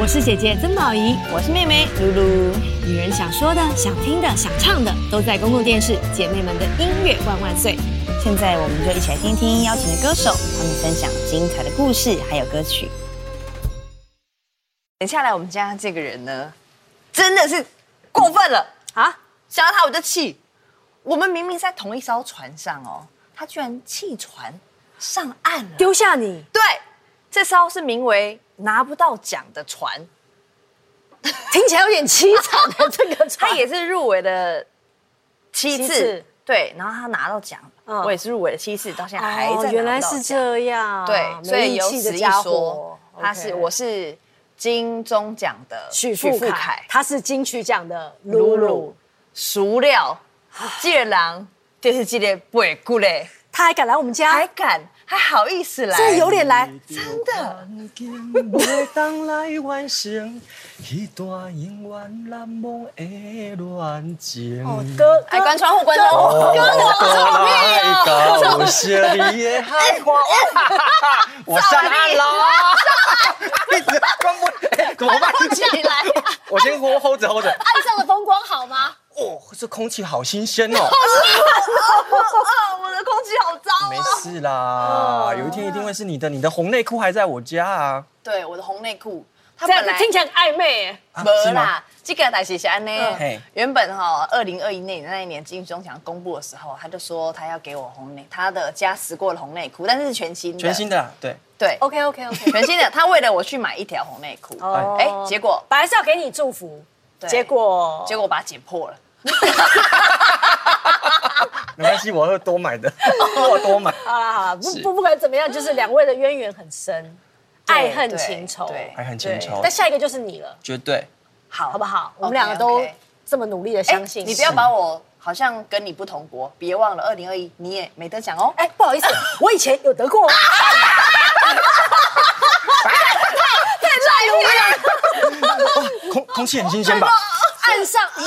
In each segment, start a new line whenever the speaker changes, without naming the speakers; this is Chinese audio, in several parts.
我是姐姐曾宝仪，
我是妹妹露露。
女人想说的、想听的、想唱的，都在公共电视。姐妹们的音乐万万岁！
现在我们就一起来听听邀请的歌手，他们分享精彩的故事
啊
还有歌曲。
等下来我们家这个人呢，真的是过分了啊！想到他我就气。我们明明在同一艘船上哦，他居然弃船上岸了。
丢下你，
对，这艘是名为“拿不到奖”的
啊
船，
听起来有点凄惨的这个
他
船。
也是入围了七
七
次，
次
对，然后他拿到奖，
嗯
我也是入围了七次，到现在还在拿不到
哦
奖
原来是这样。
对，所以
没
有
义气
此
的
一
家
说
伙，，
他是
OK
我是金钟奖的
许富
凯，
凯，他是金曲奖的
鲁
露露
鲁，熟料，借狼就是这个鬼故嘞，
他还敢来我们家，
还敢还好意思来，
这有脸来。
真的，
袂当来完成迄段永远难忘的恋情。
哦哥，
哎，关窗户，关窗户，
哦
来到雪里的海花，我上岸了。一直关不，哎，怎么办？
起来，
我先 hold hold 着 hold 着。
岸上的风光好吗？
哦，这空气好新鲜哦。
啊，我的空气好脏
没
哦。
事啦，有一天一定会是你的。你的红内裤还在我家啊。
对，我的红内裤，它
这样
本
子
来
听起来很暧昧耶。
啊
没
是吗？
啦，这个代志是安
嗯嘿
呢。原本哈，二零二一年那一年金钟奖公布的时候，他就说他要给我红内，他的加实过的红内裤，但是是全新的，
全新的啊，对。
对
OK OK OK，
全新的。他为了我去买一条红内裤，
哦
哎，结果
本来是要给你祝福，
对
结果
结果我把它剪破了。
没关系，我会多买的，我多买。
好啦好啦，啊不
是
不不管怎么样，就是两位的渊源很深，
嗯对
爱恨情仇。
对对
爱恨情仇
但下一个就是你了，
绝对。
好，
好不好？我们
OK，
两个都
OK
这么努力的
哎
相信
你不要把我好像跟你不同国，别忘了二零二一你也没得奖哦。
哎，不好意 思，我以前有得过。
空空气很新鲜吧？
岸上，你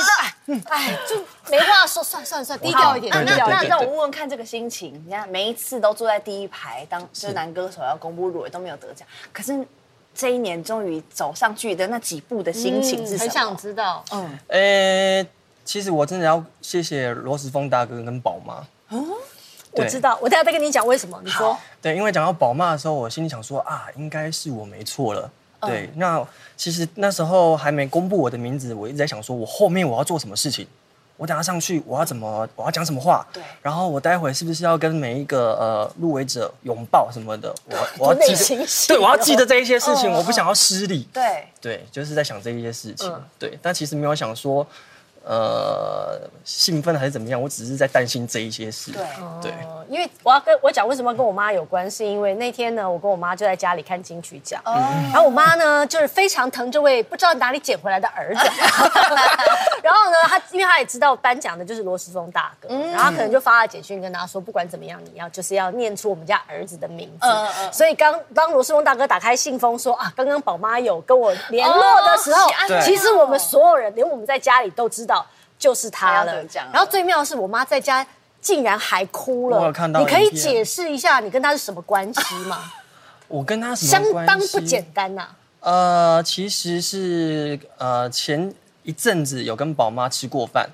这哎，就没话说，算算算，低调一点，
好
低
那
调一
那
点。
让我问问看这个心情，你看每一次都坐在第一排，当就是男歌手要公布入围都没有得奖，可是这一年终于走上去的那几步的心情
嗯
是什么？
很想知道，
呃、其实我真的要谢谢罗时峰大哥跟宝妈。
我知道，我等下再跟你讲为什么。你说
好，
对，因为讲到宝妈的时候，我心里想说啊，应该是我没错了。
嗯
对，那其实那时候还没公布我的名字，我一直在想说，我后面我要做什么事情。我等下上去，我要怎么，我要讲什么话？
对
然后我待会是不是要跟每一个呃入围者拥抱什么的？我我要
内
记
心
得，
戏嗯
对，我要记得这一些事情，我不想要失礼。
对，
对，就是在想这一些事情。
嗯
对，但其实没有想说，呃，兴奋还是怎么样，我只是在担心这一些事。
对
对，
哦因为我要跟我讲为什么跟我妈有关，是因为那天呢，我跟我妈就在家里看金曲
哦
奖，然后我妈呢就是非常疼这位不知道哪里捡回来的儿 子，然后呢，她因为她也知道颁奖的就是罗时峰大哥，
嗯
然后她可能就发了简讯跟他说，不管怎么样，你要就是要念出我们家儿子的名字，
嗯嗯
所以刚当罗时峰大哥打开信封说啊，刚刚宝妈有跟我联络的时候，
哦喜安
对
其实我们所有人连我们在家里都知道就是
哎
他
他要
了
得
啊
奖了，
然后最妙的是我妈在家。竟然还哭了，
我有看到
你可以
影片
解释一下你跟他是什么关系吗？
我跟 他什么
相
关
当
系
不简单啊呐、
呃，其实是呃前一阵子有跟宝妈吃过饭，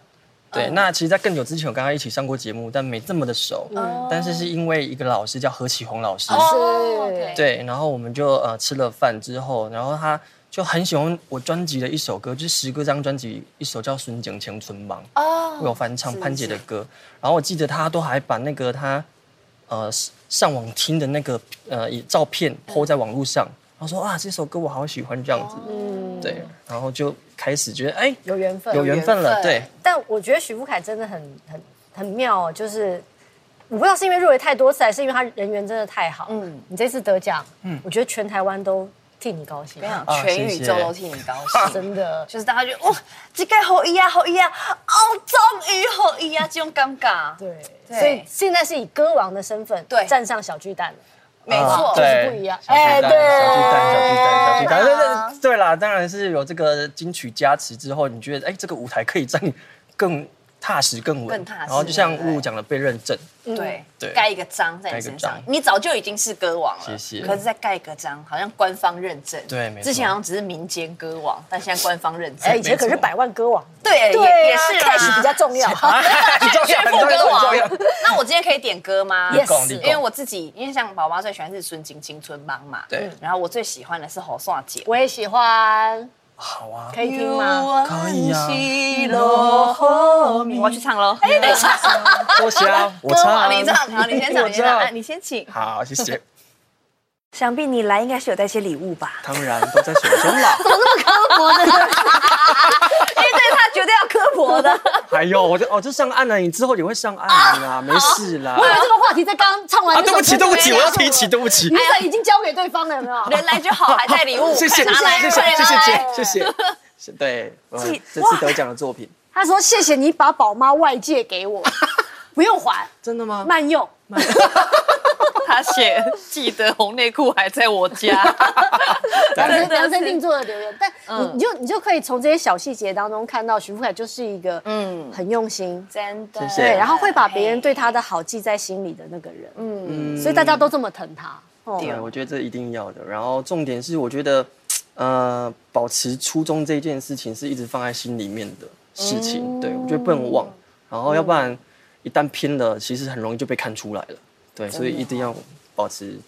对，
嗯
那其实，在更久之前，我跟她一起上过节目，但没这么的熟。
嗯
但是是因为一个老师叫何启宏老师，
哦
是
OK
对，然后我们就呃吃了饭之后，然后他就很喜欢我专辑的一首歌，就是十歌张专辑一首叫《孙景青春忙》，哦，我有翻唱潘姐的歌，然后我记得他都还把那个他呃上网听的那个呃照片 PO 在网络上，然后说啊这首歌我好喜欢这样子，嗯，对，然后就开始觉得哎
有缘分。
有缘分了，
分
对，
但我觉得许富凯真的很很很妙、哦，就是我不知道是因为入围太多次，还是因为他人缘真的太好。嗯，你这次得奖，嗯，我觉得全台湾都替你高兴
我，想
啊
全
谢谢
宇宙都替你高 兴，
真的。
就是大家就哇，这个好伊啊，好伊啊，哦，终于好伊啊，这种尴尬，
对，
对
所以现在是以歌王的身份
对
站上小巨蛋了，
没错
啊，
就是
对，
不一样
小巨
哎
蛋小
对
巨蛋，小巨蛋，小巨蛋，对对对对啦，当然是有这个金曲加持之后，你觉得哎，这个舞台可以让你更踏实更稳，
更踏实
然后就像
对
露露讲的被认证，
对
对
盖一个章在你身上
盖一个章，
你早就已经是歌王了，
谢谢
可是再盖一个章，好像官方认证，
对没错
之前好像只是民间歌王，但现在官方认证，
哎，以啊前可是百万歌王，
对，也也是啦
，cash 比较 重要。
啊很重
啊
要，很
副
重
歌
要，很
王
重要。。
那我今天可以点歌吗
Yes
你讲你
因
讲
为我自己，因为像宝妈最喜欢是孙晶青春帮嘛，
对
然后我最喜欢的是侯爽姐，
我也喜欢，
好啊，
可以听吗？
可以啊
我要去唱喽。哎，等一下，
多谢啊，我
歌
唱，
王你唱，好，你先唱，
我
你先唱，
唱
哎，你先请。
好，谢谢。
想必你来应该是有带些礼物吧？
当然都在手中了。
哎，对他绝对要刻薄的，
还有，我就哦，就上岸了，你之后也会上岸的啦，
啊
没事啦
我。以为这个话题在刚唱完
啊，
那
对
首歌
不
就没了，
起，对不起，我要提起，对不起。
雨伞已经交给对方了，有没有？
人来就好，还带礼物，
谢谢，谢
哎快拿来
谢，谢
快拿
谢
来
姐，谢谢。是对，我们这次得奖的作品，
他说：“谢谢你把宝妈外借给 我，不用还，
真的吗？
慢用。
他写记得红内裤还在我 家，
量身
真的是嗯
量身定做的留言，但你你就你就可以从这些小细节当中看到徐富凯就是一个嗯很用心，
真的。
谢谢
对，然后会把别人对他的好记在心里的那个人，
嗯
所以大家都这么疼他。哦
对，我觉得这一定要的。然后重点是，我觉得，呃，保持初衷这件事情是一直放在心里面的事情。对，我觉得不能忘。然后，要不然一旦偏了，其实很容易就被看出来了。对，所以一定要保持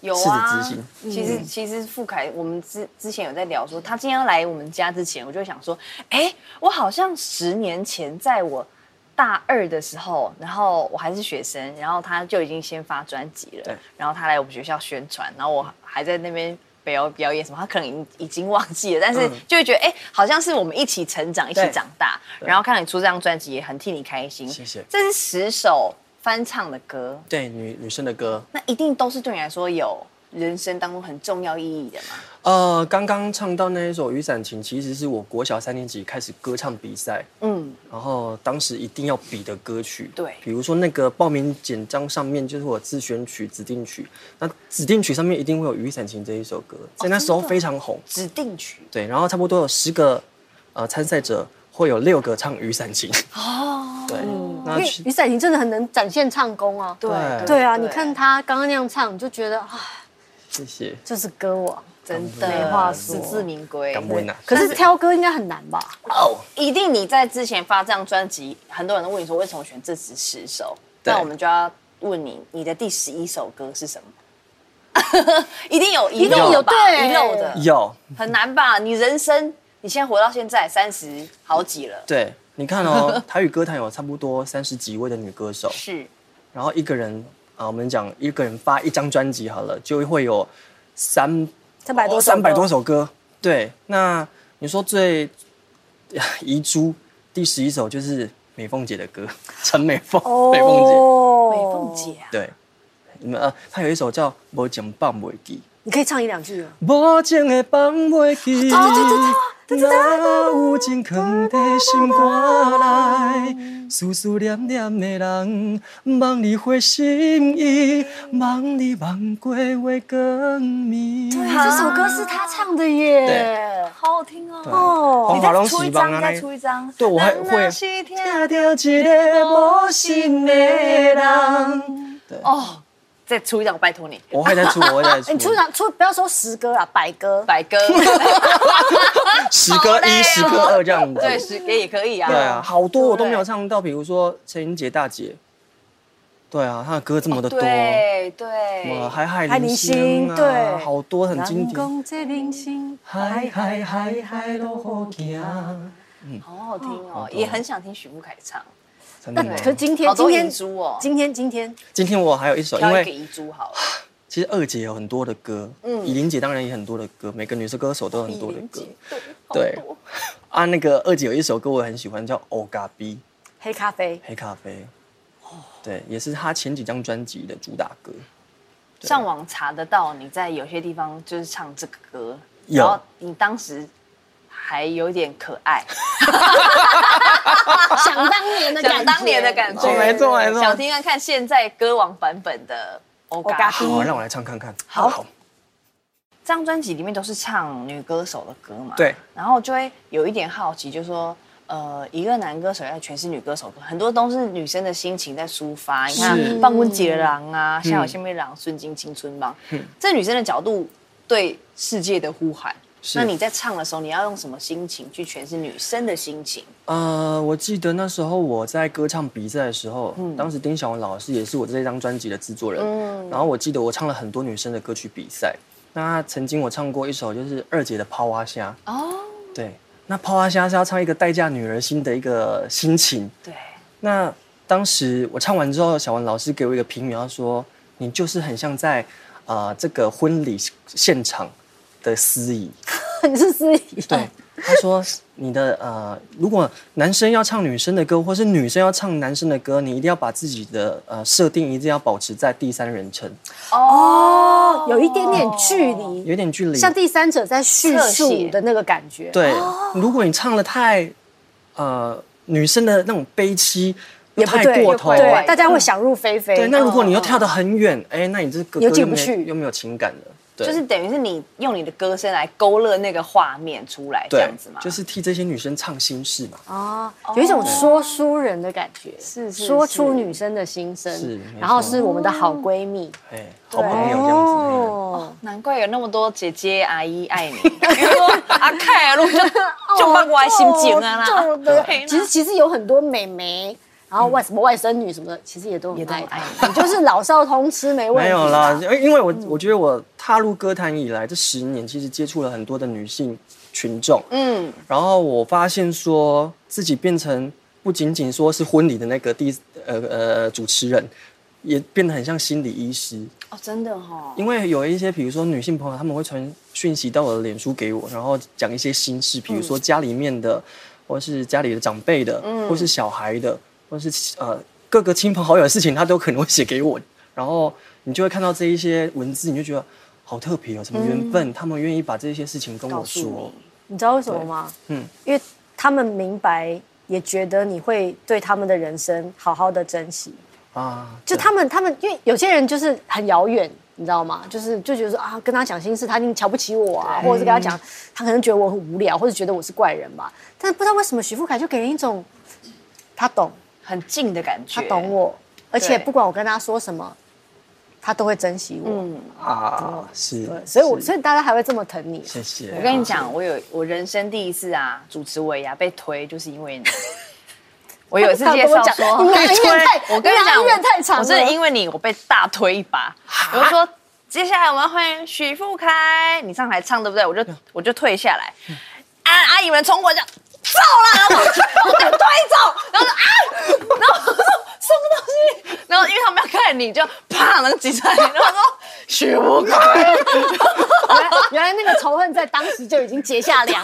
有
赤
啊
子之心。
其实其实傅凯，我们之之前有在聊说，他今天要来我们家之前，我就想说，哎、我好像十年前在我大二的时候，然后我还是学生，然后他就已经先发专辑了
对，
然后他来我们学校宣传，然后我还在那边。表表演什么，他可能已经已经忘记了，但是就会觉得，哎、好像是我们一起成长，一起
嗯对
长大。然后看到你出这张专辑，也很替你开心。
谢谢
这是十首翻唱的歌，
对，女女生的歌，
那一定都是对你来说有人生当中很重要意义的嘛？
呃，刚刚唱到那一首《雨伞情》，其实是我国小三年级开始歌唱比赛，
嗯，
然后当时一定要比的歌曲，
对
比如说那个报名简章上面就是我自选曲、指定曲，那指定曲上面一定会有《雨伞情》这一首
哦
歌，在那时候非常红，
指定曲
对，然后差不多有十个呃参赛者，会有六个唱《雨伞情》，哦， 对，
因
那
为
其
雨伞你真的很能展现唱功啊。
对
对
对啊，你看他刚刚那样唱，你就觉得啊，
谢谢，
就是歌王。
真的
没
话说
实至名归。
感恩啊，
可是挑歌应该很难吧？
哦，一定你在之前发这张专辑，很多人都问你说为什么选这十十首，
对
那我们就要问你，你的第十一首歌是什么？ 一定有遗
一定
漏
有
的吧，
对
遗漏的
有
很难吧？你人生你现在活到现在三十好几了，
对，你看 哦，台语歌坛有差不多三十几位的女歌手，
是
然后一个人啊，我们讲一个人发一张专辑好了，就会有三哦
三百多首歌
三百多首歌。对，那你说最啊遗珠第十一首就是美凤姐的歌， 陈美凤，美凤
哦
美凤姐啊，
姐，对。你们呃，她有一首叫《无情放袂记
你可以唱一两句哦。》，
无情的放袂记，哪有情藏在心肝内？思思念念的人，望你回心意，望你望过月光暝。
啊
这首歌是他唱的耶，哎
好好听哦。
哦
黄
你
华
再
龙
出
是
一
帮
张，
啊
再出一张。
对我还
人啊
会
若是天
听到一个无心的人。对，
哦，再出一张，拜托你，
我会再出，我会再
哎你出
出。
场出不要说十歌啊，百歌。
百 歌，
十歌一，十歌二这样子。
哦对，十个也可以啊。
对啊，，好多我都没有唱到，比如说陈英杰大姐。对啊，她的歌这么的多。
对
什么
对。
海
海
海
林
零
星
星啊，
对
好多很经典。
这明星，
海海海海路好行，啊
好好听哦，也很想听许富凯唱。
真
那
的吗
可是今天
好
今
多
天
遗珠哦
今天今天
今天我还有一首，因
挑一个
为
遗珠好了。
其实二姐有很多的歌，嗯，以琳姐当然也很多的歌，每个女生歌手都有很多的歌。对，啊，那个二姐有一首歌我很喜欢，叫《欧嘎比
黑咖啡，
黑咖啡》，对，也是她前几张专辑的主打歌。
上网查得到，你在有些地方就是唱这个歌，
有
然后你当时还有点可爱，
哦想当年的感觉，
想当年的感觉，
哦没错 没错
想听看看现在歌王版本的《欧嘎
嘎西
西
好，让我来唱看看。好，
这张专辑里面都是唱女歌手的歌嘛，
对，
然后就会有一点好奇，就说呃，一个男歌手要诠释女歌手，很多都是女生的心情在抒发。你
是
看放温杰郎啊，夏小仙妹郎，顺境青春帮，这女生的角度对世界的呼喊。
是
那你在唱的时候，你要用什么心情去诠释女生的心情？
呃，我记得那时候我在歌唱比赛的时候，当时丁小文老师也是我这张专辑的制作人。然后我记得我唱了很多女生的歌曲比赛。那曾经我唱过一首就是二姐的《抛蛙虾》哦，对，那抛蛙虾是要唱一个待嫁女儿心的一个心情。
对，
那当时我唱完之后，小文老师给我一个评语，他说你就是很像在啊、呃这个婚礼现场的司仪。
你是司仪，
对，他说你的呃，如果男生要唱女生的歌，或是女生要唱男生的歌，你一定要把自己的呃设定一定要保持在第三人称，
哦，有一点点距离，
有点距离。
像第三者在叙述的那个感觉。，
对，如果你唱的太呃女生的那种悲戚，又
也不
太
对，
过头，
对，大家会想入非非。
对，那如果你又跳得很远，哎、那你这个歌
又进
没
不去
又没有情感了。对，
就是等于是你用你的歌声来勾勒那个画面出来，这
对
样子嘛。
就是替这些女生唱心事嘛。
哦，有一种说书人的感觉，
是是
说出女生的心声，
是没错
然后是我们的好闺蜜，
哎、好朋友这样子。哎嘿
哦，
难怪有那么多姐姐阿姨爱你，因为阿凯啊，如果就就帮我的心情啊啦，
哦对其实其实有很多美眉。然后外什么外甥女什么的，其实也都很
也都
爱
爱
她，你就是老少通吃没问题。
没有啦，，因为因为我我觉得我踏入歌坛以来这十年，其实接触了很多的女性群众，
嗯，
然后我发现说自己变成不仅仅说是婚礼的那个第一呃呃主持人，也变得很像心理医师，
哦，真的哈，
因为有一些比如说女性朋友，她们会传讯息到我的脸书给我，然后讲一些心事，比如说家里面的，嗯或是家里的长辈的，或是小孩的，或是呃各个亲朋好友的事情，她都可能会写给我。然后你就会看到这一些文字，你就觉得好特别哦，什么缘分，他们愿意把这些事情跟我
告诉
说
你。，
你知道为什么吗？
对嗯，
因为他们明白，也觉得你会对他们的人生好好的珍惜。
啊，
就
对
他们，他们因为有些人就是很遥远，你知道吗？就是就觉得说啊，跟他讲心事，他一定瞧不起我啊，或者是跟他讲，他可能觉得我很无聊，或者觉得我是怪人吧。但是不知道为什么，许富凯就给人一种他懂，
很近的感觉，
他懂，我，而且不管我跟他说什么，他都会珍惜我。嗯，
啊是，
所以我
是
所以大家还会这么疼你。
谢谢。
啊
我跟你讲，我有我人生第一次啊，主持尾牙被推，就是因 为你。我有一次介绍说，
你们恩怨太
我跟你
你们
讲，
恩怨太长了
我真的因为你，我被大推一把。我就说，接下来我们要欢迎许富开，你上台唱对不对？我
嗯
就我就退下来，啊，阿姨们冲过来讲，走啦，然后我我被推走，然后就啊，然 后我说什么东西？然后因为他们要看你，就啪能挤出来，然后我说许富开。
原来原来那个仇恨在当时就已经结下梁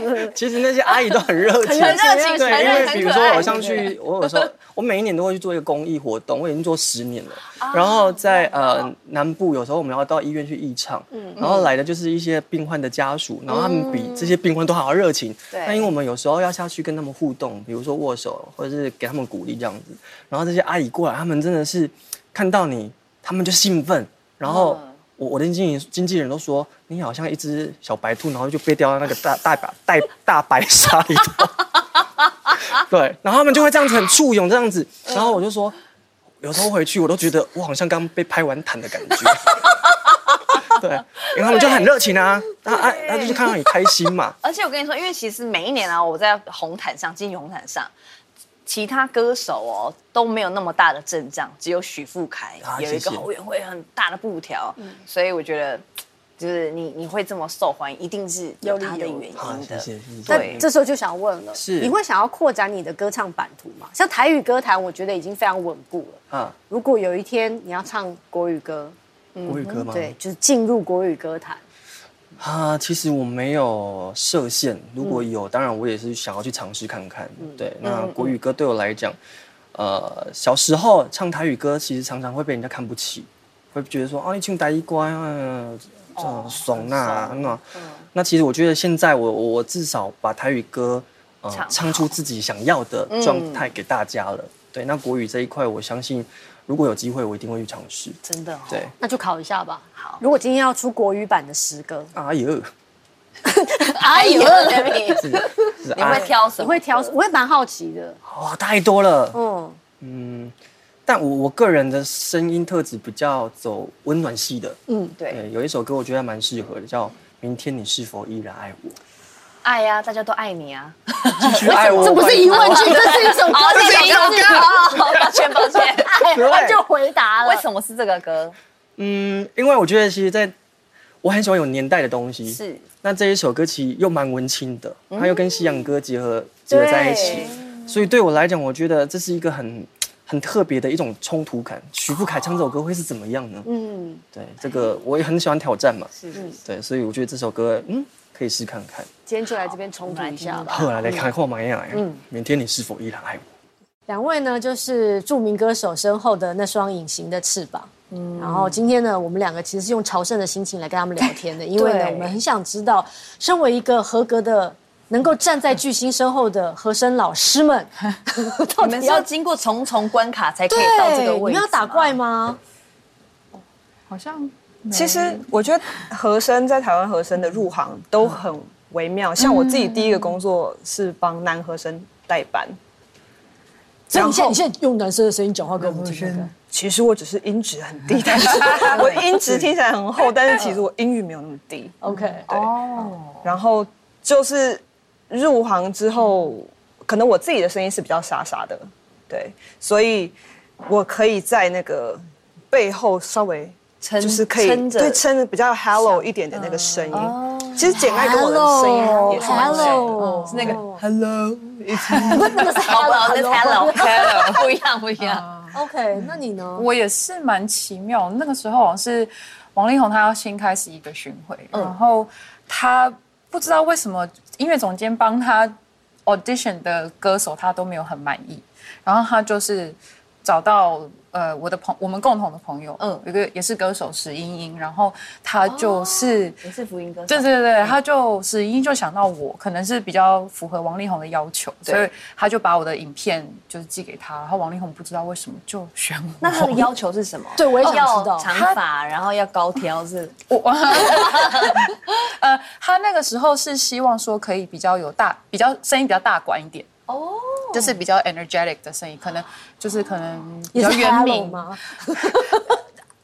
子。
其实那些阿姨都 很热情，
很热情
对，
很热情
因为
很
比如
可
说
爱
我上去，我有 时候我每一年都会去做一个公益活动，我已经做十年了。
啊
然后在呃南部，有时候我们要到医院去义唱，
嗯
然后来的就是一些病患的家属，然后他们比这些病患都还要热情。
对
那因为我们有时候要下去跟他们互动，比如说握手或者是给他们鼓励这样子，然后这些阿姨过来，他们真的是看到你，他们就兴奋，然后。
嗯
我我的经纪人经纪人都说你好像一只小白兔，然后就被掉到那个大大白大大白鲨里头。对，然后他们就会这样子很簇拥这样子，然后我就说，有时候回去我都觉得我好像刚被拍完毯的感觉。对，因为他们就很热情啊，他啊他就是看到你开心嘛，
而且我跟你说，因为其实每一年啊，我在红毯上，金曲红毯上，其他歌手哦都没有那么大的阵仗，只有许富凯、
啊
有一
谢
个
谢
后援会很大的布条，
嗯
所以我觉得就是你你会这么受欢迎，一定是有它的原因
啊谢
的。
谢谢谢。
那
对
这时候就想问了，
是
你会想要扩展你的歌唱版图吗？像台语歌坛，我觉得已经非常稳固了。
啊，
如果有一天你要唱国语歌，
国语歌吗？
对，就是进入国语歌坛，
啊，其实我没有设限，如果
嗯
有，当然我也是想要去尝试看看。对，那国语歌对我来讲，呃，小时候唱台语歌，其实常常会被人家看不起，会觉得说啊，你唱台语歌啊，这
哦
种怂呐，那
嗯
那其实我觉得现在我我我至少把台语歌呃
唱嗯
唱出自己想要的状态给大家了。对，那国语这一块，我相信如果有机会，我一定会去尝试。
真的、哦，
对，
那就考一下吧。
好哦
如果今天要出国语版的诗歌，
哎呦，
哎呦，
是是
你会
啊，
挑什
你
么？
会挑，我也蛮好奇的。
哇，太多了。
嗯，
嗯，但我我个人的声音特质比较走温暖系的。
嗯
对，
对，有一首歌我觉得还蛮适合的，叫《明天你是否依然爱我》。
爱呀，大家都爱你啊！
继续爱哎 我，
这不是疑问句，哦这是一 首歌，
这是一首歌哦，抱歉抱 歉。
哎他就回答了。
为什么是这个歌？
嗯，因为我觉得其实在，我很喜欢有年代的东西。。
是
那这一首歌其实又蛮文青的，它又跟西
嗯
洋歌结合结合在一起，所以对我来讲，我觉得这是一个很很特别的一种冲突感。许富凯唱这首歌会是怎么样呢？
嗯，
对，这个我也很喜欢挑战嘛。
是是，
对，所以我觉得这首歌，嗯，可以试看看。
今天就来这边冲突一下吧。
后来来看看马呀，明天你是否依然爱我？
两位呢，就是著名歌手身后的那双隐形的翅膀。嗯，然后今天呢，我们两个其实是用朝圣的心情来跟他们聊天的，因为呢，
对
我们很想知道，身为一个合格的、能够站在巨星身后的和声老师们，到
你们
底
是要
要
经过重重关卡才可以到这个
对，你
位
们
置吗。
要打怪吗？
好像
其实我觉得和声在台湾和声的入行都很微妙，像我自己第一个工作是帮男和声代班，
所以你现在
然后
你现在用男生的声音讲话给我们听看看，
其实我只是音质很低，但是我的音质听起来很厚，但是其实我音域没有那么低。
，OK，
对，然后就是入行之后，可能我自己的声音是比较沙沙的，对，所以我可以在那个背后稍微
撑
就是可以
撑着
对撑着比较 hello 一点的那个声音。其实简爱跟我的声音也是蛮像的。
嗯哦 Hello，是那个
Hello，
那个是
哦， 不，那
Hello，啊
Hello Hello 不一样不一样。
OK，那你呢？
我也是蛮奇妙。那个时候好像是王力宏他要新开始一个巡回，
嗯
然后他不知道为什么音乐总监帮他 audition 的歌手他都没有很满意，然后他就是找到呃我的朋我们共同的朋友，嗯
嗯，
有一个也是歌手石英英，然后他就是。
你是福音歌手，
对对
嗯
对，他就是英就想到我可能是比较符合王力宏的要求，
对
所以他就把我的影片就是寄给他，然后王力宏不知道为什么就选我。
那他的要求是什么？
对我也想知
要
道
长发，然后要高挑，是
我， 呃，他那个时候是希望说可以比较有大，比较声音比较大管一点。哦。就是比较 energetic 的声音，可能就是可能比
也
较
是
圆
Hello
明。
吗？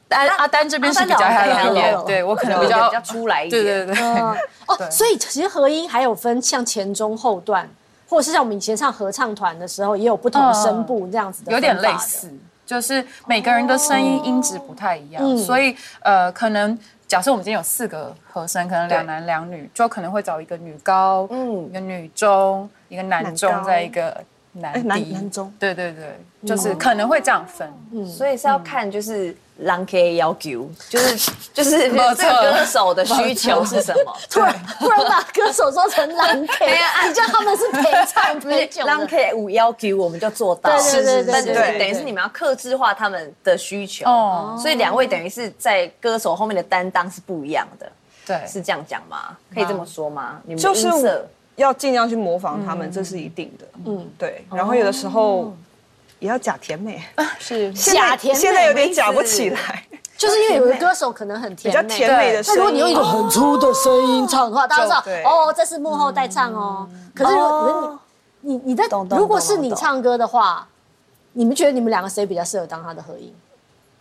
丹阿丹这边是比较
阿丹老师
hello 一点
hello，
对我可能
就
比较
比较出来一
对
点
对对对，
嗯哦，
对
所以其实合音还有分像前中后段，或者是像我们以前唱合唱团的时候，也有不同的声部这样子的，
有点类。似，就是每个人的声音音质不太一样，所以呃，可能假设我们今天有四个和声，可能两男两女，就可能会找一个女高，嗯，一个女中，一个男中
男，高
再一个男低
哎男男中，
对对对，就是可能会这样分，
不
嗯
是？所以是要看就是狼 K 要求， 就是就是这个歌手的需求是什么？
突然突然把歌手说成狼 K，你叫他们是陪唱陪酒
狼
的。
K 五要求我们就做到，
对对对对
但就是
对
等于是你们要克制化他们的需求，
哦
所以两位等于是在歌手后面的担当是不一样的，
对，
是这样讲吗？可以这么说吗？你们的
就
音
是
色
要尽量去模仿他们，这是一定的。嗯，对。然后有的时候也要假 甜美，
是
现在
哦假甜美
现在有点假不起来，
就是因为有的歌手可能很
比
甜
较
美，
甜美的
那
声
如果
音。
你用一种很粗的声音唱的话，大家知
对
道哦，这是幕后代唱哦。可是如果你你你的
懂懂
如果是你
懂懂
唱歌的话，你们觉得你们两个谁比较适合当他的合音？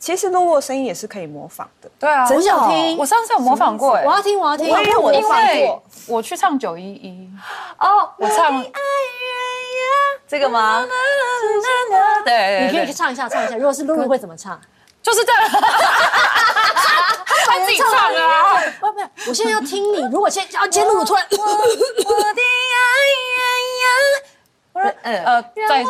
其实露露的声音也是可以模仿的。
对啊，
我想听
我上次有模仿过，哎
我要听，我要听，
我也有我的
因为我去唱九一一，
哦，
我唱，
这个吗？
对对
你
对
可以唱一下，唱一下。如果是露露会怎么唱？
就是这样，他自己唱啊。
不不，我现在要听你。如果现在啊，今天露露突然，
我的爱呀呀，
呃，在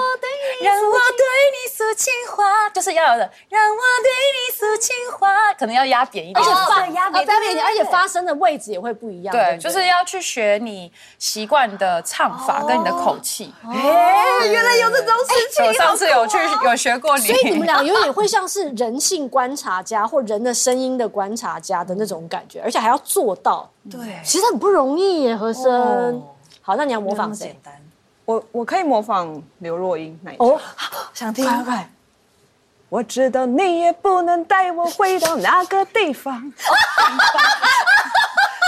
让我对你诉情话，
就是要有的，让我对你诉情话，可能要压扁 一
而
点
且。发
哦对压
啊
扁
发
对对对
而且发声的位置也会不一样。
对，
对，
就是要去学你习惯的唱法跟你的口气。
哎，原来有这种 事情
我上次有去有学过啊你，
所以你 们俩有点会像是人性观察家或人的声音的观察家的那种感觉，而且还要做到。
对，哦
其实很不容易耶，和声。好，那你要模
那么
仿谁
简？单，
我我可以模仿刘若英那一种。
哦，
想听
我知道你也不能带我回到那个地方。
哎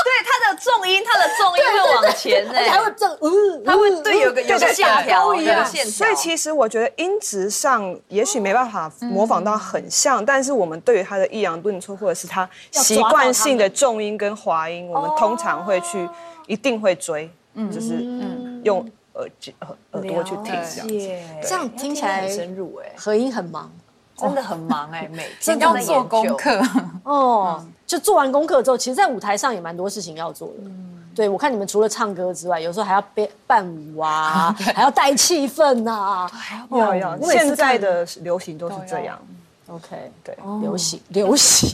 对，他的重音，他的重钱呢
而且还会这样，嗯，
他会对哎有个有个线条，有个线条。
啊所以其实我觉得音质上也许没办法模仿到很像，但是我们对于它的抑扬顿挫或者是它习惯性的重音跟滑音，我们通常会去一定会追，就是
嗯
用耳机耳耳朵去听这样子。
嗯这样听起来
很深入哎，
合音很忙
真的很忙哎，每
真
天都在
的 要做
研
功
究。
课，
哦。
嗯
就做完功课之后，其实，在舞台上也蛮多事情要做的。
嗯
对，我看你们除了唱歌之外，有时候还要编伴舞 啊，还要带气氛啊呐、
要要，
我每次
现在的流行都是这样。
OK，
对
流行
嗯
流行，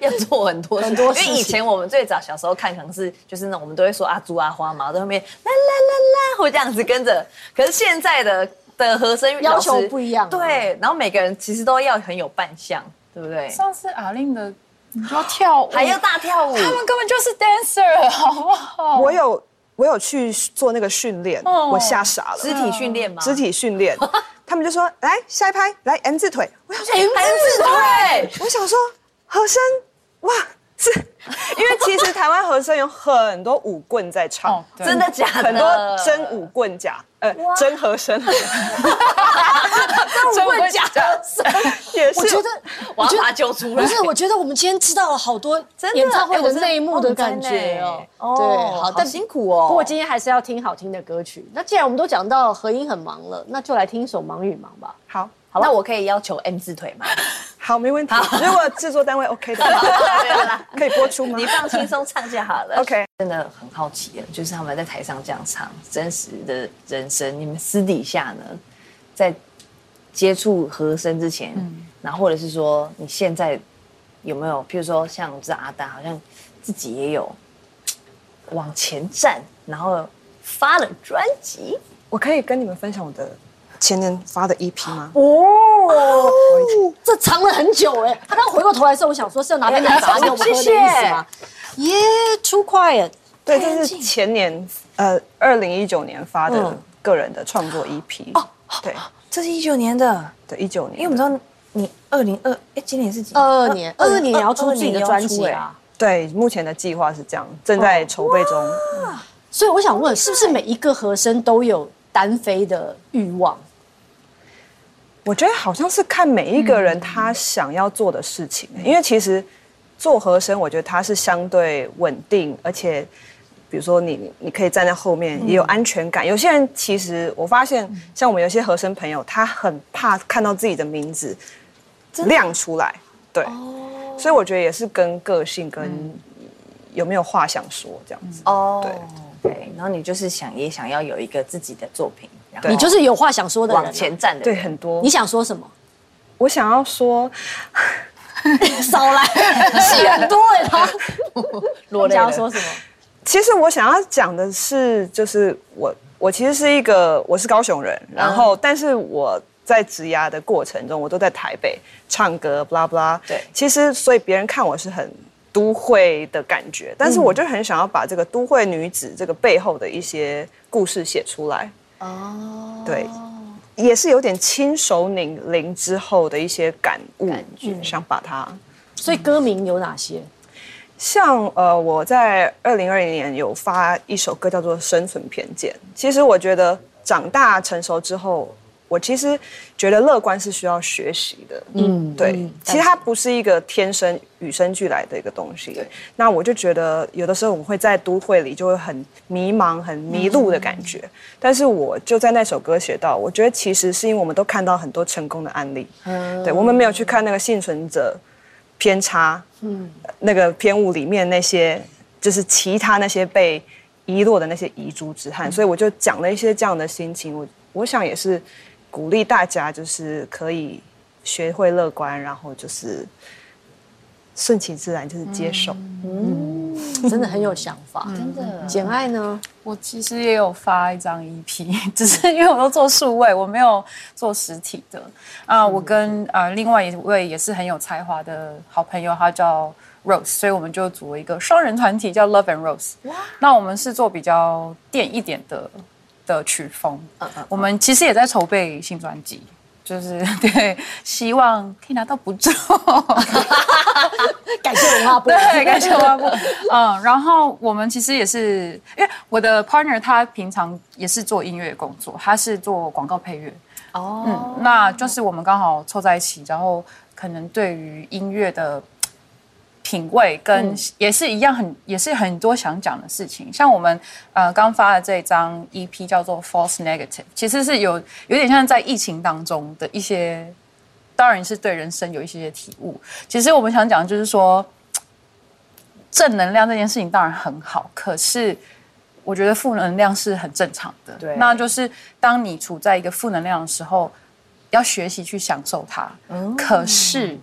要做很多很
多事
因
情
为以前我们最早小时候看，可能是就是那种我们都会说阿猪阿花嘛，在后面啦啦啦啦，会这样子跟着。可是现在的的和声
要求
老师
不一样了
对，然后每个人其实都要很有扮相，对不对？
上次阿令的你就要跳舞，
还要大跳舞，
他们根本就是 dancer，好不好？
我有我有去做那个训练，
哦
我吓傻了。嗯
肢体训练吗？
呃肢体 训练，他们就说来下一拍来 M 字腿，我想说
M 字腿，
我想说和声哇是， 因为其实台湾和声有很多舞棍在唱
哦，对
真的假的？
很多真舞棍甲，呃，真和 声，
真会
假的，
也是
我觉得
我要把它揪出来
不。是， 我觉得我们今天知道了好多
真的
演唱会
哎我
的
真的
内幕的感觉哦。
哦
对，
好
好，但
辛苦哦
不过今天还是要听好听的歌曲。那既然我们都讲到合音很忙了，那就来听一首《忙与忙》吧。
好
那我可以要求 M 字腿 吗？
好没问题。如果制作单位 OK 的
好
话，
没有啦
可以播出吗
你放轻松唱就好了。
？OK，
真的很好奇，就是他们在台上这样唱真实的人生，你们私底下呢，在接触和声之前，然后或者是说你现在有没有，譬如说像我知道阿丹好像自己也有嘖往前站，然后发了专辑，
我可以跟你们分享我的前年发的 EP 吗？
哦，这藏了很久哎。他刚回过头来的时候，我想说是要拿杯奶茶给我们喝的意思吗？耶，Too Quiet。
对，这是前年呃二零一九年发的
嗯
个人的创作 EP。哦，对
这是一九年的，
对，一九年的，
因为我们知道你二零二，哎，今年是几？
二二年，二呃二年也要出自己的专
22
辑
年要出哎
啊。
对，目前的计划是这样，正
哦
在筹备中。
所以我想问，是不是每一个和声都有单飞的欲望？
我觉得好像是看每一个人他想要做的事情，因为其实做和声，我觉得它是相对稳定，而且比如说你你可以站在后面也有安全感。有些人其实我发现，像我们有些和声朋友，他很怕看到自己的名字亮出来，对，所以我觉得也是跟个性跟有没有话想说这样子。
哦
对，
对，然后你就是想也想要有一个自己的作品，然后
你就是有话想说的人啊
往前。站的
对，
人
很多
你。想说什么？
我想要说，
少 来，戏很多哎， 他
落泪
想要
了。
说什么？
其实我想要讲的是，就是我我其实是一个我是高雄人，然后、但是我在职涯的过程中，我都在台北唱歌，blah blah。
对
其实所以别人看我是很都会的感觉，但是我就很想要把这个都会女子这个背后的一些故事写出来。哦，对。也是有点亲手拧铃之后的一些感悟，感觉想把它
所以歌名有哪些？
像呃，我在二零二零年有发一首歌叫做《生存偏见》。其实我觉得长大成熟之后，我其实觉得乐观是需要学习的。嗯，对，其实它不是一个天生与生俱来的一个东西。那我就觉得有的时候我会在都会里就会很迷茫、很迷路的感觉。但是我就在那首歌写到，我觉得其实是因为我们都看到很多成功的案例，对我们没有去看那个幸存者。偏差，嗯，那个偏误里面那些，就是其他那些被遗落的那些遗珠之憾，所以我就讲了一些这样的心情。我我想也是鼓励大家，就是可以学会乐观，然后就是顺其自然，就是接受。
真的很有想法，真的。简爱呢？
我其实也有发一张 EP，只 是因为我都做数位，我没有做实体的。啊、我跟啊、呃另外一位也是很有才华的好朋友，他叫 Rose，所以我们就组了一个双人团体叫 Love and Rose。那我们是做比较电一点的的曲风。我们其实也在筹备新专辑，就是 对，希望可以拿到补助。
感谢文化部，
对，感谢文化部。嗯，然后我们其实也是，因为我的 partner 他平常也是做音乐工作，他是做广告配乐。哦，嗯，那就是我们刚好凑在一起，然后可能对于音乐的品味跟也是一样很，也是很多想讲的事情。像我们呃刚发的这一张 EP 叫做《False Negative》，其实是有有点像在疫情当中的一些，当然是对人生有一些体悟。其实我们想讲的就是说，正能量这件事情当然很好，可是我觉得负能量是很正常的。
对
那就是当你处在一个负能量的时候，要学习去享受它。可是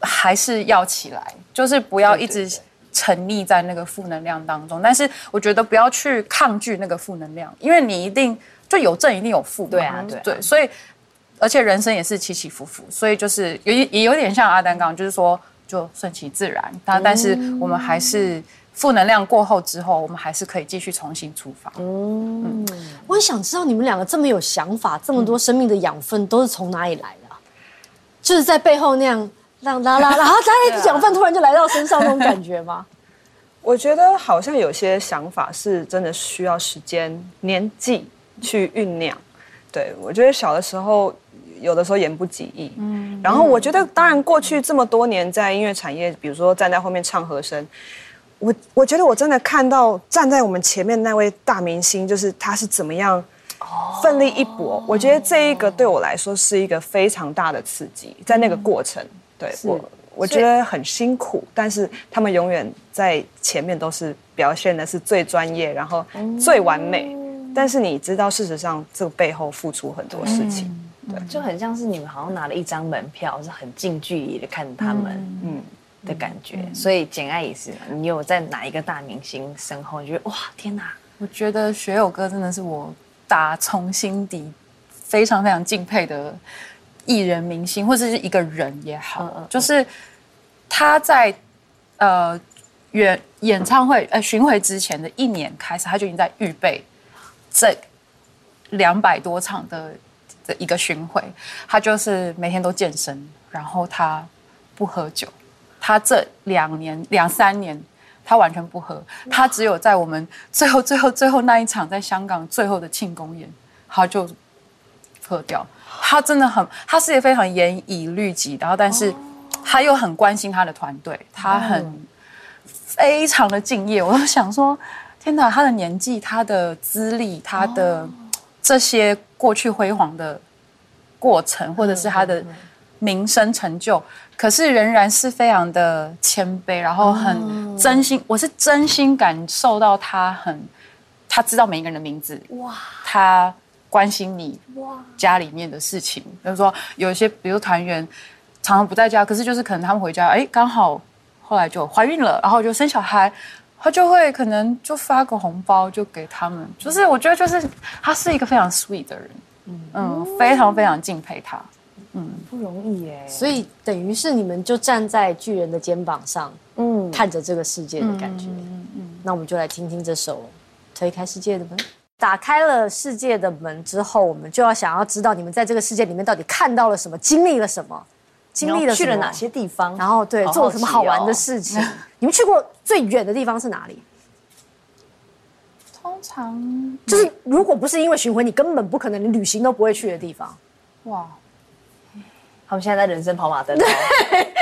还是要起来，就是不要一直沉溺在那个负能量当中。但是我觉得不要去抗拒那个负能量，因为你一定就有正一定有负嘛。
对啊对啊
对，所以而且人生也是起起伏伏，所以就是有一也有点像阿丹刚刚，就是说就顺其自然。但但是我们还
嗯
是负能量过后之后，我们还是可以继续重新出发。
我很想知道你们两个这么有想法，这么多
嗯
生命的养分都是从哪里来的啊、就是在背后那样让拉拉，然后他
啊
的养分突然就来到身上那种感觉 吗？
我觉得好像有些想法是真的需要时间、年纪去酝酿。对我觉得小的时候，有的时候言不及义。嗯，然后我觉得，当然过去这么多年在音乐产业，比如说站在后面唱和声，我我觉得我真的看到站在我们前面那位大明星，就是他是怎么样。奋力一搏，我觉得这一个对我来说是一个非常大的刺激，在那个过程，对我我觉得很辛苦，但是他们永远在前面都是表现的是最专业，然后最完美。但是你知道，事实上这个背后付出很多事情，
就很像是你们好像拿了一张门票，是很近距离的看他们，嗯的感觉。所以《简爱》也是，你有在哪一个大明星身后，你觉得哇，天哪！
我觉得学友哥真的是我打从心底非常非常敬佩的艺人明星，或者是一个人也好，就是他在呃演演唱会呃巡回之前的一年开始，他就已经在预备这两百多场的的一个巡回，他就是每天都健身，然后他不喝酒，他这两年两三年。他完全不喝，他只有在我们最后、最后、最后那一场在香港最后的庆功宴，他就喝掉。他真的很，他是一个非常严以律己，然后但是他又很关心他的团队，他很非常的敬业。我都想说，天哪，他的年纪、他的资历、他的这些过去辉煌的过程，或者是他的名声成就，可是仍然是非常的谦卑，然后很真心。我是真心感受到他很，他知道每一个人的名字，哇，他关心你家里面的事情，比如说有一些，比如团员常常不在家，可是就是可能他们回家，哎，刚好后来就怀孕了，然后就生小孩。他就会可能就发个红包就给他们，就是我觉得就是他是一个非常 sweet 的人，嗯，非常非常敬佩他。
啊
所以等于是你们就站在巨人的肩膀上，嗯，看着这个世界的感
嗯
觉。那我们就来听听这首《推开世界的门》。打开了世界的门之后，我们就要想要知道你们在这个世界里面到底看到了什么，经历了什么，经历了什
去
么
了哪些地方？
然后对
哦好好
做了什么
奇
好玩的
哦
事 情。你们去过最远的地方是哪里？
通常
嗯
就是如果不是因为巡回，你根本不可能，你旅行都不会去的地方。
哇，
他们现在在人生跑马灯 哦，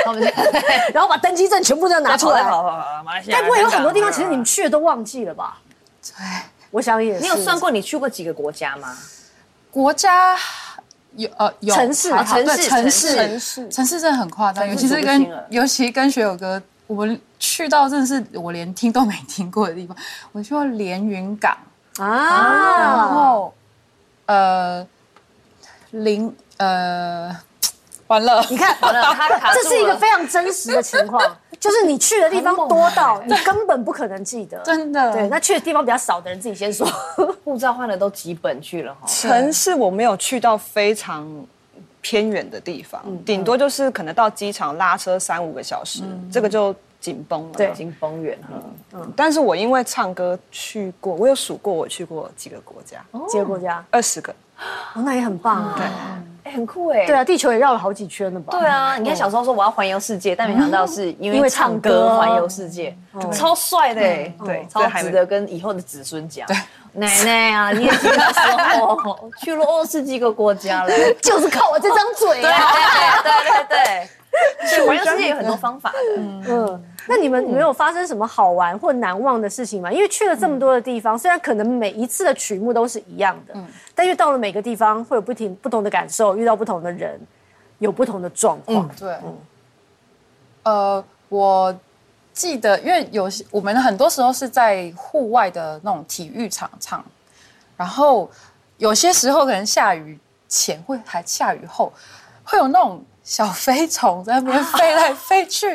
他们现在
然后把登机证全部都拿出来。
跑跑跑马来西亚啊
该不会有很多地方其实你们去的都忘记了吧？对，
哎
我想也是。
你有算过你去过几个国家吗？
国家有呃有
城市
还好
城市
对城市
城
市城市真的很夸张，尤其是
数不清
跟
了
尤其跟学友哥，我们去到真的是我连听都没听过的地方，我去过连云港，然
啊？
后呃零呃完了，
你 看，
啊
这是一个非常真实的情况，就是你去的地方多到你根本不可能记得。
真的
对，那去的地方比较少的人自己先说。
护照换了都几本去了哈。
城市我没有去到非常偏远的地方，
嗯
顶多就是可能到机场拉车三五个小时，
嗯
这个就紧绷了。嗯
对
已经崩远了，
但是我因为唱歌去过，我有数过我去过几个国家，
哦
哦
结果这样，
二十个。
哦，那也很棒啊。
哎、哎很酷哎。
对啊，地球也绕了好几圈了吧？
对啊，你看小时候说我要环游世界，但没想
嗯
到是因为唱歌环游世界，超帅的哎，
嗯
对，超值得跟以后的子孙讲。奶奶啊，年轻的时 候哦去了二十几个国家了。
就是靠我这张嘴
对
啊。
对对对对，所以环游世界有很多方法的。
嗯，那你们没有发生什么好玩或难忘的事情吗？因为去了这么多的地
嗯
方，虽然可能每一次的曲目都是一样的，但因为到了每个地方会有不停不同的感受，遇到不同的人，有不同的状况。
对，呃，我记得，因为有些我们很多时候是在户外的那种体育场唱，然后有些时候可能下雨前会还下雨后，会有那种小飞虫在那边飞来飞去，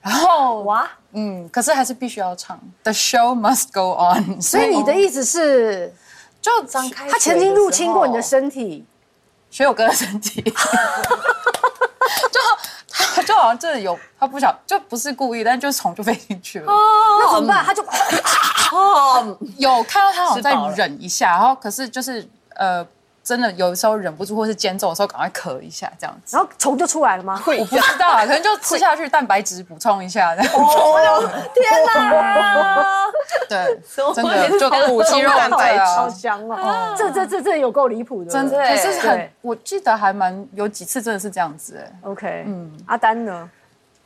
然后哇，嗯，可是还是必须要唱，The show must go on，
所以你的意思是，
就张开
他曾经入侵过你的身体，
学友哥的身体，就他就好像真的有他不想，就不是故意，但就是虫就飞进去了。
那怎么办？他就
嗯有看到他好像
吃饱
再
了
忍一下，然后可是就是呃，真的有时候忍不住，或是肩奏的时候赶快咳一下这样 子。
然后虫就出来了吗？
我不知道啊，可能就吃下去蛋白质补充一下这样子。
天哪！
对，真的就
补充
肌肉
蛋白质
对啊
好香哦！这这这这有够离谱的，
真的，
对
可是很
对，
我记得还蛮有几次真的是这样子哎。
OK，嗯，阿丹呢？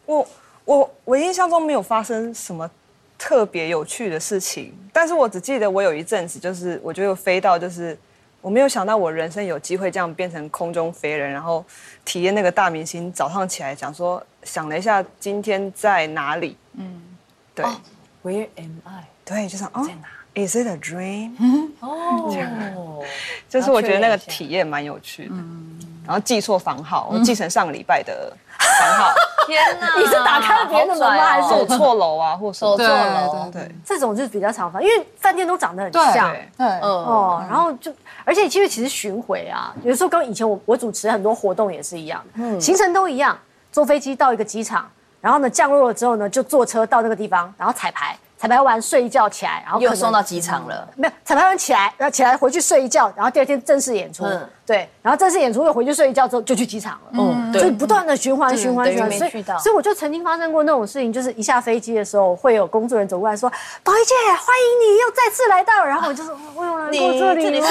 我我我印象中没有发生什么特别有趣的事情，但是我只记得我有一阵子就是我就有飞到就是。我没有想到我人生有机会这样变成空中飞人，然后体验那个大明星早上起来讲说，想了一下今天在哪里，嗯，对、
Where am I？
对，就想哦
哦在哪嗯
，Is it a dream？
哦，
就是我觉得那个体验蛮有趣的，
嗯
然后记错房号，我记成上个礼拜的房 号，
天哪！你
是打开了别人的门吗还是
走错楼啊，或什
走
么的
错楼？
对对
对
这种就是比较常发，因为饭店都长得很像。
对对，
嗯，
哦，然后就，而且因为其实巡回啊，有时候跟以前我我主持很多活动也是一样的，
嗯
行程都一样，坐飞机到一个机场，然后呢降落了之后呢，就坐车到那个地方，然后彩排，彩排完睡一觉起来，然后可
又
能嗯
送到机场了。
没有彩排完起来，然后起来回去睡一觉，然后第二天正式演出，
嗯
对，然后正式演出又回去睡一觉之后就去机场了，
嗯，
就
对，
不断的循环
对
循环
等于
循环，
没
所以
去到
所以我就曾经发生过那种事情，就是一下飞机的时候，会有工作人员走过来说：“宝仪姐，欢迎你又再次来到。”然后我就说：“哦我有来 过这里吗？”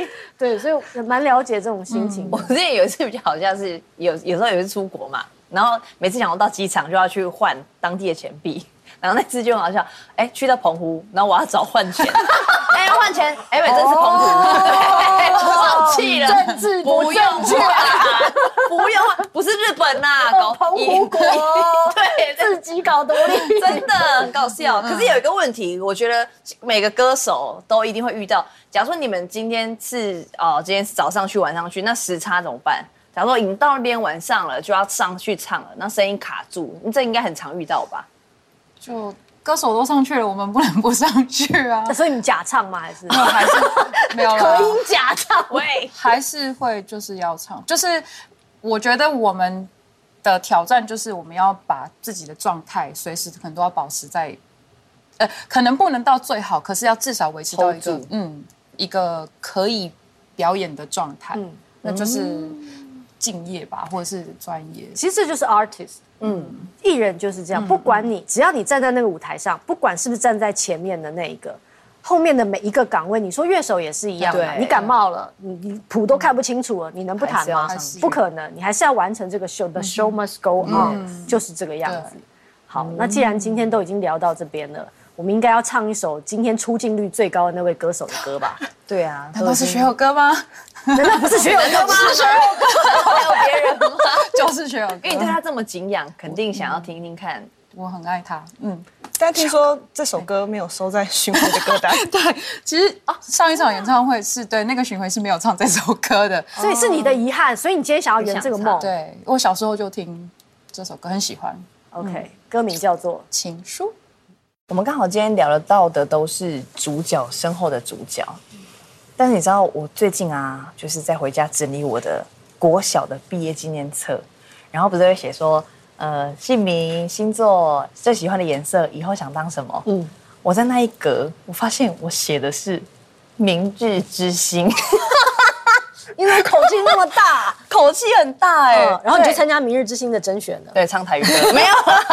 里？
对，所以我蛮了解这种心情
我
的。
之前有一次比较好像是有有时候也是出国嘛，然后每次想要到机场就要去换当地的钱币，然后那次就很好笑，哎，去到澎湖，然后我要找换钱，哎，换钱，哎，这是澎湖，对，放弃了，
政治不
不
哦正啊哦
用换，不用换，不是日本呐，搞
澎湖国
对，
自己搞独立，
真的很搞笑。可是有一个问题，我觉得每个歌手都一定会遇到。假如说你们今天是哦，今天是早上去，晚上去，那时差怎么办？假如说已经到那边晚上了，就要上去唱了，那声音卡住，这应该很常遇到吧？
就歌手都上去了，我们不能不上去 啊。
所以你假唱吗？还是
没有还是没有啦，
假唱 喂，
还是会就是要唱，就是我觉得我们的挑战就是我们要把自己的状态随时可能都要保持在，呃，可能不能到最好，可是要至少维持到一个
Hold 住
嗯一个可以表演的状态，那就是敬业吧，或者是专业。
其实这就是 artist。嗯，艺人就是这样，不管
嗯
你，只要你站在那个舞台上，不管是不是站在前面的那一个，后面的每一个岗位，你说乐手也是一样嘛，
对嗯
你感冒了，你你谱都看不清楚了，你能不
还
弹
是要嗯
吗
上？
去
不可能，你还是要完成这个 show，the show must go on，就是
嗯
这个样子。好，那既然今天都已经聊到这边了，我们应该要唱一首今天出镜率最高的那位歌手的歌吧？
对啊，哦
难道是学友哥吗？
难道 不是学友 歌吗？
还有别人 吗？ 嗯
就是学友
因为你对
哥，
他这么敬仰，肯定想要听听看。
我很爱他。嗯，
但听说这首歌没有收在巡回的歌单，
对，其实啊，上一场演唱会是对那个巡回是没有唱这首歌的，
所以是你的遗憾，所以你今天想要圆这个梦。
对我小时候就听这首歌，很喜欢《
OK，歌名叫做
情书》。
我们刚好今天聊得到的都是主角身后的主角，但是你知道，我最近啊，就是在回家整理我的国小的毕业纪念册，然后不是会写说，呃，姓名、星座、最喜欢的颜色，以后想当什么？嗯，我在那一格，我发现我写的是明日之星。
你怎么口气那么大？
口气很大哎、
嗯，然后你就
对
参加《明日之星》的甄选了。
对，唱台语歌没有，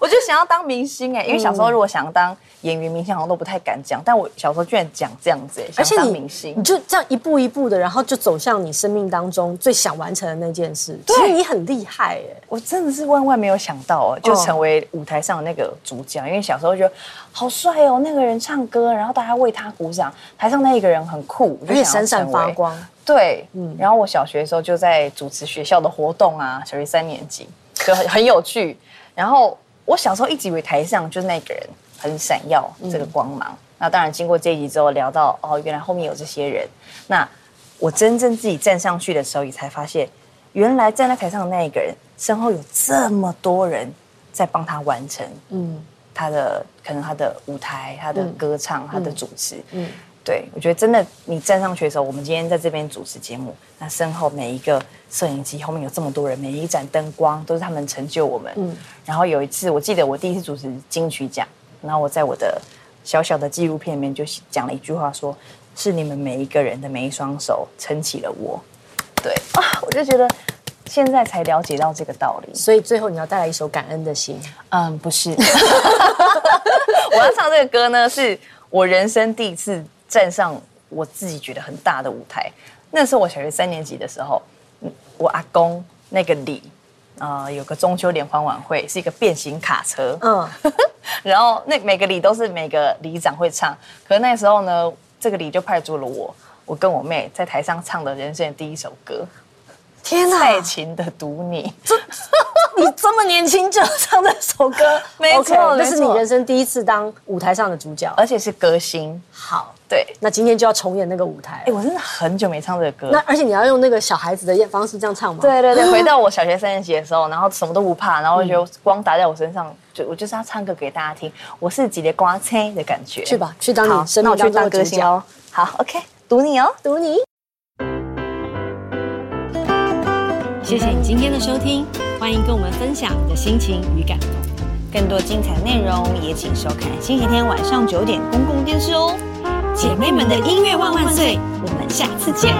我就想要当明星哎，因为小时候如果想要当演员、明星，好像都不太敢讲，但我小时候居然讲这样子哎，
而
想
且
要
你
当明星
你，就这样一步一步的，然后就走向你生命当中最想完成的那件事。其实你很厉害耶，
我真的是万万没有想到哦，就成为舞台上的那个主角，因为小时候觉得好帅哦，那个人唱歌，然后大家为他鼓掌，台上那一个人很酷，我
而
就
且
想要
闪闪
成
发
为。
光。
对，然后我小学的时候就在主持学校的活动啊，小学三年级就很很有趣。然后我小时候一直以为台上就是那个人很闪耀这个光芒。那当然，经过这一集之后聊到哦，原来后面有这些人。那我真正自己站上去的时候，也才发现，原来站在台上的那一个人身后有这么多人在帮他完成，嗯，他的可能他的舞台、他的歌唱、他的主持，嗯对，我觉得真的，你站上去的时候，我们今天在这边主持节目，那身后每一个摄影机后面有这么多人，每一盏灯光都是他们成就我们。嗯，然后有一次，我记得我第一次主持金曲奖，然后我在我的小小的纪录片里面就讲了一句话说是你们每一个人的每一双手撑起了我。对啊，我就觉得现在才了解到这个道理。
所以最后你要带来一首感恩的心，
嗯，不是。 我要唱这个歌呢，是我人生第一次站上我自己觉得很大的舞台。那时候我小学三年级的时候，嗯我阿公那个李，呃，有个中秋联欢晚会，是一个变形卡车。
嗯，
然后那每个里都是每个里长会唱，可是那时候呢，这个里就派出了我，我跟我妹在台上唱的人生的第一首歌，
天哪！
蔡琴的《读你》。
你这么年轻就唱这首歌，
没错
OK，这是
没
你
错
人生第一次当舞台上的主角。
而且是歌星。
好，
对，
那今天就要重演那个舞台
哎、。我真的很久没唱这个歌。
那而且你要用那个小孩子的方式这样唱吗？，
对对对，回到我小学三年级的时候，然后什么都不怕，然后我觉得光打在我身上，就我就是要唱歌给大家听，我是几列瓜车的感觉。
去吧，去当
好
你生
那
命
我
当
去
中
当
的
歌
主
星
角
哦。。好，OK，赌你哦。
读你。
谢谢你今天的收听，欢迎跟我们分享你的心情与感动。更多精彩内容也请收看星期天晚上九点公共电视哦。姐妹们的音乐万万岁，我们下次见。